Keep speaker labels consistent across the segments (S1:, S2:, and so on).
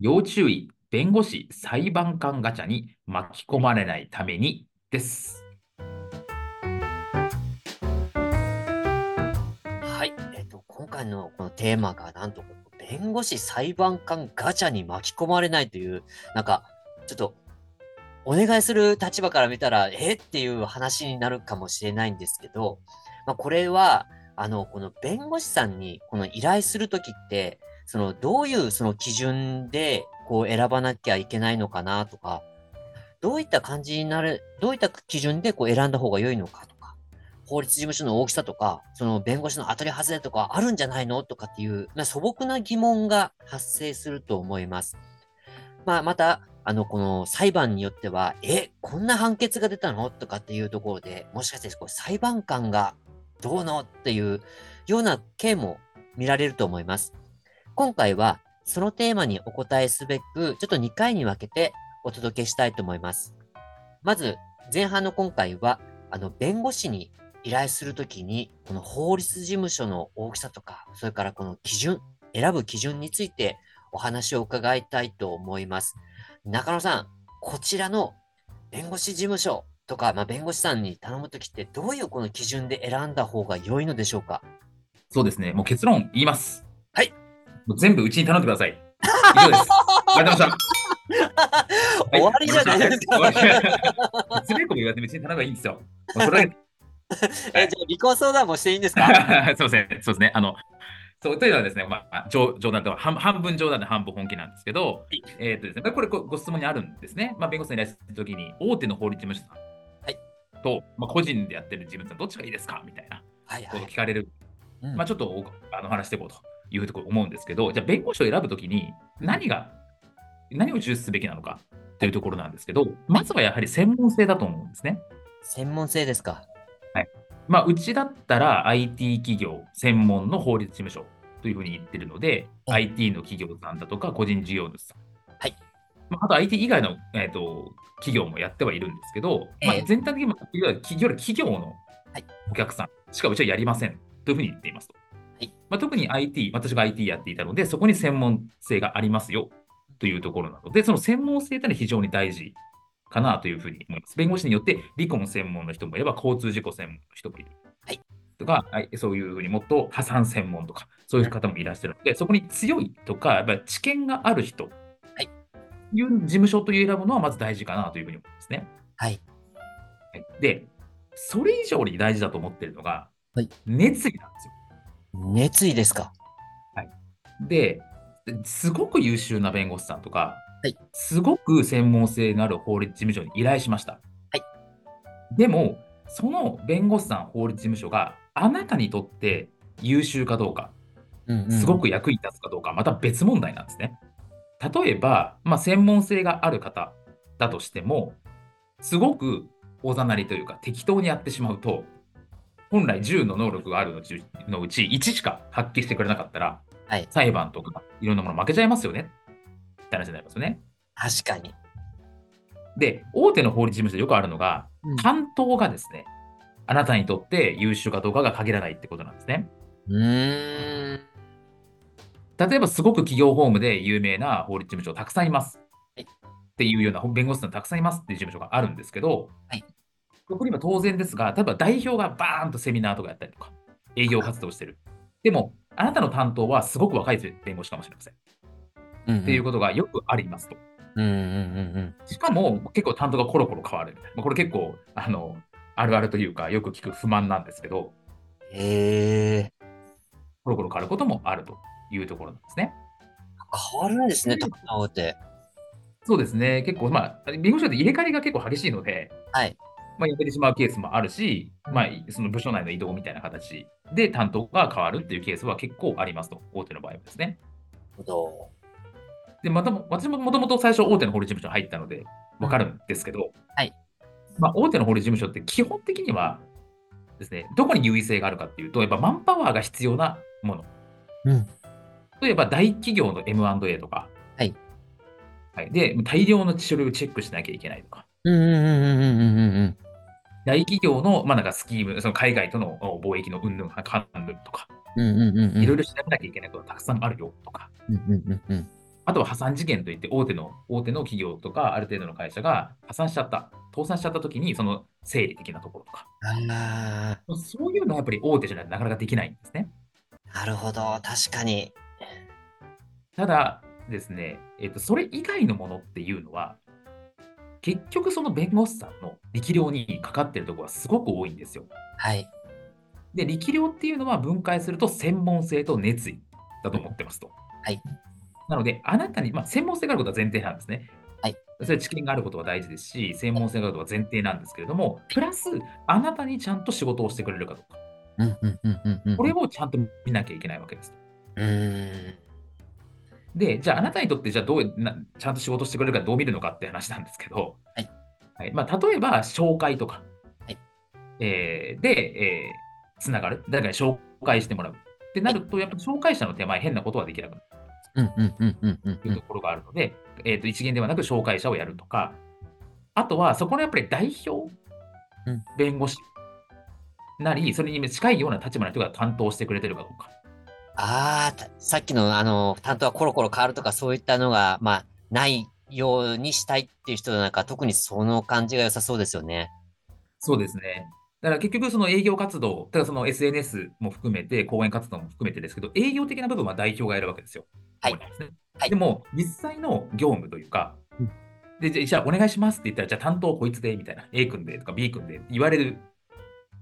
S1: 要注意弁護士裁判官ガチャに巻き込まれないためにです
S2: はいえっと今回のこのテーマがなんと弁護士裁判官ガチャに巻き込まれないというなんかちょっとお願いする立場から見たら、えっていう話になるかもしれないんですけど、まあ、これは、あの、この弁護士さんにこの依頼するときって、その、どういうその基準で、こう選ばなきゃいけないのかなとか、どういった感じになる、どういった基準でこう選んだ方が良いのかとか、法律事務所の大きさとか、その弁護士の当たり外れとかあるんじゃないのとかっていう、まあ、素朴な疑問が発生すると思います。まあ、また、あの、この裁判によっては、え、こんな判決が出たのとかっていうところで、もしかしてこう裁判官がどうのっていうような件も見られると思います。今回は、そのテーマにお答えすべく、ちょっと2回に分けてお届けしたいと思います。まず、前半の今回は、あの、弁護士に依頼するときに、この法律事務所の大きさとか、それからこの基準、選ぶ基準についてお話を伺いたいと思います。中野さん、こちらの弁護士事務所とか、まあ、弁護士さんに頼むときって、どういうこの基準で選んだ方が良いのでしょうか
S1: そうですね、もう結論言います。
S2: はい。。
S1: もう全部うちに頼んでください。以上です。ありがとうございました
S2: 終わりじゃないです か。
S1: つべこも言われてうちに頼めばいいんですよ。それ
S2: えじゃあ離婚相談もしていいんですか
S1: そうですね、そうですね。あのそうというのはですね、まあ、冗談と半半分冗談で半分本気なんですけど、えーとですね、これご質問にあるんですね、まあ、弁護士に依頼するときに、大手の法律事務所さんと、はい、まあ、個人でやってる事務所さん、どっちがいいですかみたいなこと聞かれる、はいはい、まあ、ちょっとあの話していこうというところ思うんですけど、うん、じゃあ、弁護士を選ぶときに何が、何を重視すべきなのかというところなんですけど、まずはやはり専門性だと思うんですね。
S2: 専門性ですか。
S1: はいまあ、うちだったら IT 企業専門の法律事務所というふうに言ってるので、はい、IT の企業さんだとか、個人事業主さん、
S2: はい
S1: まあ、あと IT 以外の、えーと、と企業もやってはいるんですけど、えー、まあ、全体的にいわゆる企業企業のお客さんしかうちはやりませんというふうに言っていますと。はいまあ、特に IT、私が IT やっていたので、そこに専門性がありますよというところなので、その専門性というのは非常に大事かなというふうに思います。弁護士によって離婚専門の人もいれば交通事故専門の人もいる。
S2: はい、
S1: とか、はい、そういうふうにもっと破産専門とか、そういう方もいらっしゃるので、そこに強いとか、やっぱり知見がある人、
S2: はい、
S1: いう事務所という選ぶのはまず大事かなというふうに思いますね。
S2: はい、
S1: で、それ以上に大事だと思っているのが、
S2: はい、
S1: 熱意なんですよ。
S2: 熱意ですか。
S1: はい、で、すごく優秀な弁護士さんとか、
S2: はい、
S1: すごく専門性のある法律事務所に依頼しました。
S2: はい、
S1: でも、その弁護士さん、法律事務所があなたにとって優秀かどうか、うんうん、すごく役に立つかどうか、また別問題なんですね。例えば、まあ、専門性がある方だとしても、すごくおざなりというか、適当にやってしまうと、本来10の能力があるのうち1しか発揮してくれなかったら、
S2: はい、
S1: 裁判とかいろんなもの負けちゃいますよねって話になりますよね。
S2: 確かに。
S1: で、大手の法律事務所でよくあるのが、うん、担当がですね、あなたにとって優秀かどうかが限らないってことなんですね。
S2: うん
S1: 例えば、すごく企業法務で有名な法律事務所たくさんいます。はい、っていうような弁護士さんたくさんいますっていう事務所があるんですけど、
S2: はい、
S1: ここには当然ですが、例えば代表がバーンとセミナーとかやったりとか、営業活動してる。でも、あなたの担当はすごく若い弁護士かもしれません。うんうん、っていうことがよくありますと。
S2: うんうんうんうん、
S1: しかも結構担当がコロコロ変わるみたいな、まあ、これ結構あのあるあるというかよく聞く不満なんですけど、
S2: えー、
S1: コロコロ変わることもあるというところなんですね。
S2: 変わるんですね、担当って。
S1: そうですね、結構、まあ、弁護士って入れ替えが結構激しいので、
S2: はい
S1: まあ、やめてしまうケースもあるし、まあ、その部署内の移動みたいな形で担当が変わるっていうケースは結構ありますと、大手の場合はですね。
S2: どう
S1: で、またも、私ももともと最初大手の法律事務所に入ったので、わかるんですけど、
S2: はい。
S1: まあ、大手の法律事務所って基本的にはですね、どこに優位性があるかっていうと、やっぱマンパワーが必要なもの。
S2: うん。
S1: 例えば大企業の M&A とか、
S2: はい。
S1: はい、で、大量の書類をチェックしなきゃいけないとか、
S2: うんうんうんうんうんうんうん。
S1: 大企業の、まあ、なんかスキーム、その海外とのお貿易の云々関連とか、
S2: うんうんうんうん。
S1: いろいろ調べなきゃいけないことがたくさんあるよとか、
S2: うんうんうんうん。
S1: あとは破産事件といって、大手の、大手の企業とか、ある程度の会社が破産しちゃった、倒産しちゃった時に、その整理的なところとか、
S2: あ
S1: そういうのはやっぱり大手じゃないとなかなかできないんですね。
S2: あ、なるほど。確かに。
S1: ただですね、えっと、それ以外のものっていうのは、結局その弁護士さんの力量にかかってるところはすごく多いんですよ。
S2: はい。
S1: で、力量っていうのは分解すると専門性と熱意だと思ってますと。
S2: はい。
S1: なので、あなたに、まあ、専門性があることは前提なんですね。
S2: はい。
S1: それは知見があることは大事ですし、専門性があることは前提なんですけれども、プラス、あなたにちゃんと仕事をしてくれるかどうか、
S2: うんうんうんうんうん。
S1: これをちゃんと見なきゃいけないわけです。
S2: うーん。
S1: で、じゃあ、あなたにとって、じゃあどうな、ちゃんと仕事してくれるかどう見るのかって話なんですけど、
S2: はい
S1: はいまあ、例えば、紹介とか、
S2: はい
S1: えーで、えつながる、誰かに紹介してもらう。ってなると、やっぱり紹介者の手前、変なことはできなくなる
S2: うんうんうんうんうん
S1: という
S2: う。
S1: んところがあるので、えー、と一元ではなく紹介者をやるとか、あとは、そこのやっぱり代表、
S2: うん
S1: 弁護士なり、それに近いような立場の人が担当してくれてるかどうか。
S2: ああ、たさっきのあの、担当はコロコロ変わるとかそういったのが、まあ、ないようにしたいっていう人なんか、特にその感じが良さそうですよね。
S1: そうですね。だから結局、その営業活動、ただその SNS も含めて、講演活動も含めてですけど、営業的な部分は代表がやるわけですよ。
S2: はい
S1: 主にですね
S2: はい
S1: でも、実際の業務というか
S2: うん、
S1: でじゃあじゃあ、お願いしますって言ったら、じゃあ担当こいつで、みたいな、A 君でとか B 君でって言われる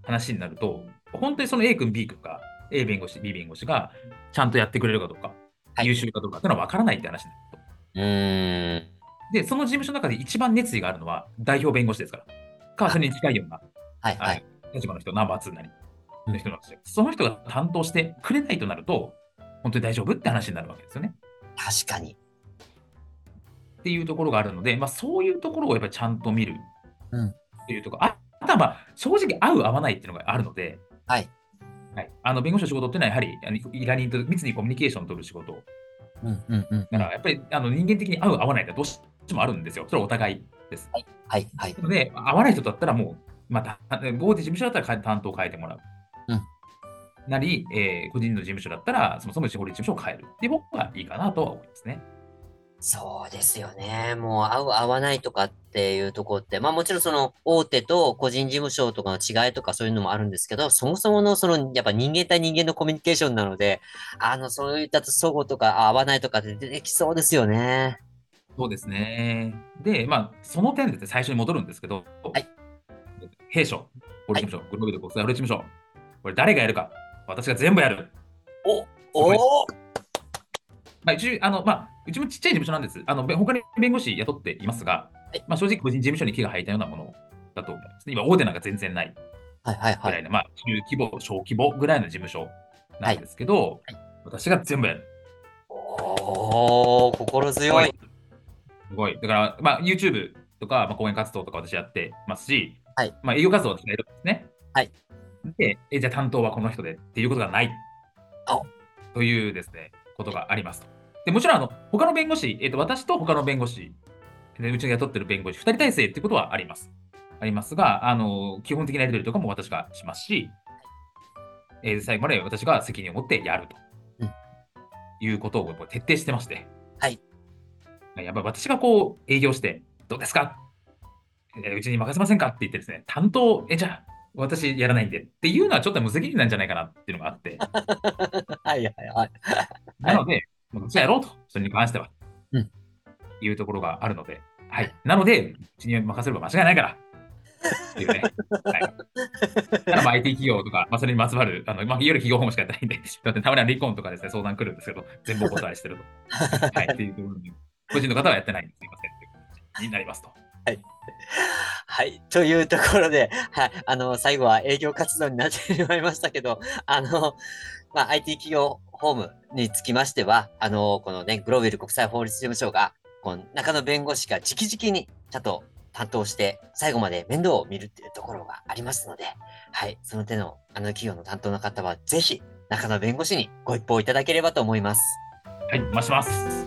S1: 話になると、本当にその A 君、B 君が、A 弁護士、B 弁護士がちゃんとやってくれるかどうか、
S2: はい
S1: 優秀かどうかっていうのは分からないって話になると。
S2: うーん。
S1: で、その事務所の中で一番熱意があるのは代表弁護士ですから、か、それに近いような
S2: はいは
S1: はいい。、立場の人、ナンバー2なり
S2: うん
S1: の人なんですよ。その人が担当してくれないとなると、本当に大丈夫って話になるわけですよね。
S2: 確かに。
S1: っていうところがあるので、まあ、そういうところをやっぱりちゃんと見る
S2: うん
S1: っていうところ、ああとはまあ正直合う合わないっていうのがあるので、
S2: はい
S1: はい、あの弁護士の仕事っていうのはやはりあの依頼人と密にコミュニケーションを取る仕事
S2: うんうんうん。
S1: だからやっぱりあの人間的に合う合わないがどうしてもあるんですよ。それはお互いです。
S2: はいはい。
S1: なので、合わない人だったらもう、また、合事務所だったら変え担当を変えてもらう。
S2: うん
S1: なり、えー個人の事務所だったら、そもそも法律事務所を変えるっていう方がいいかなとは思いますね。
S2: そうですよね。もう合う合わないとかっていうところって、まあもちろんその大手と個人事務所とかの違いとかそういうのもあるんですけど、そもそものそのやっぱ人間対人間のコミュニケーションなので、あのそういった相互とか合わないとかって出てきそうですよね。
S1: そうですね。で、まあ、その点で最初に戻るんですけど、
S2: はい
S1: 弊社、法律事務所、グロービル国際法律事務所、これ誰がやるか、私が全部やる。
S2: お
S1: ごい
S2: お
S1: まあ、一応あのまあ、うちもちっちゃい事務所なんです。あのべ他に弁護士雇っていますが、
S2: はい
S1: まあ、正直、個人事務所に木が生えたようなものだと思います。今、大手なんか全然ない。
S2: はいはい
S1: ぐ
S2: は
S1: ら
S2: い。
S1: いの、まあ、中規模、小規模ぐらいの事務所なんですけど、
S2: はい
S1: 私が全部やる。
S2: おお心強い。
S1: すごい。だから、まあ、YouTube とか、まあ、講演活動とか私やってますし、
S2: はい
S1: まあ、営業活動は私がやるんですね。
S2: はい
S1: で、えじゃあ担当はこの人でっていうことがない
S2: あ。
S1: というですね、ことがありますと。でもちろん、あの他の弁護士、えっと私と他の弁護士、でうちが雇ってる弁護士、2人体制っていうことはあります。ありますが、あの基本的なやり取りとかも私がしますし、えー最後まで私が責任を持ってやると、
S2: うん
S1: いうことをこう徹底してまして、
S2: はい
S1: やっぱり私がこう営業して、どうですか、えーうちに任せませんかって言ってですね、担当、えじゃあ、私やらないんでっていうのはちょっと無責任なんじゃないかなっていうのがあって、
S2: はいはいはい。
S1: なので、もう私はやろうと、それに関しては、
S2: うん
S1: いうところがあるので、はい、なので、うちに任せれば間違いないから。っていうねはい、ただまあ IT 企業とか、まあ、それにまつわる、あのまあ、いわゆる企業法もしかやってないんで、だってたまには離婚とかですね、相談来るんですけど、全部お断りしてると。はい、っていうところに、個人の方はやってないんです、すいませんっていう感じになりますと。
S2: はい。というところで、はい。あの、最後は営業活動になってしまいましたけど、あの、まあ、IT 企業ホームにつきましては、あの、このね、グローウェル国際法律事務所が、この中野弁護士が直々にちゃんと担当して、最後まで面倒を見るっていうところがありますので、はい、その手のあの企業の担当の方は、ぜひ中野弁護士にご一報いただければと思います。
S1: はい、回します。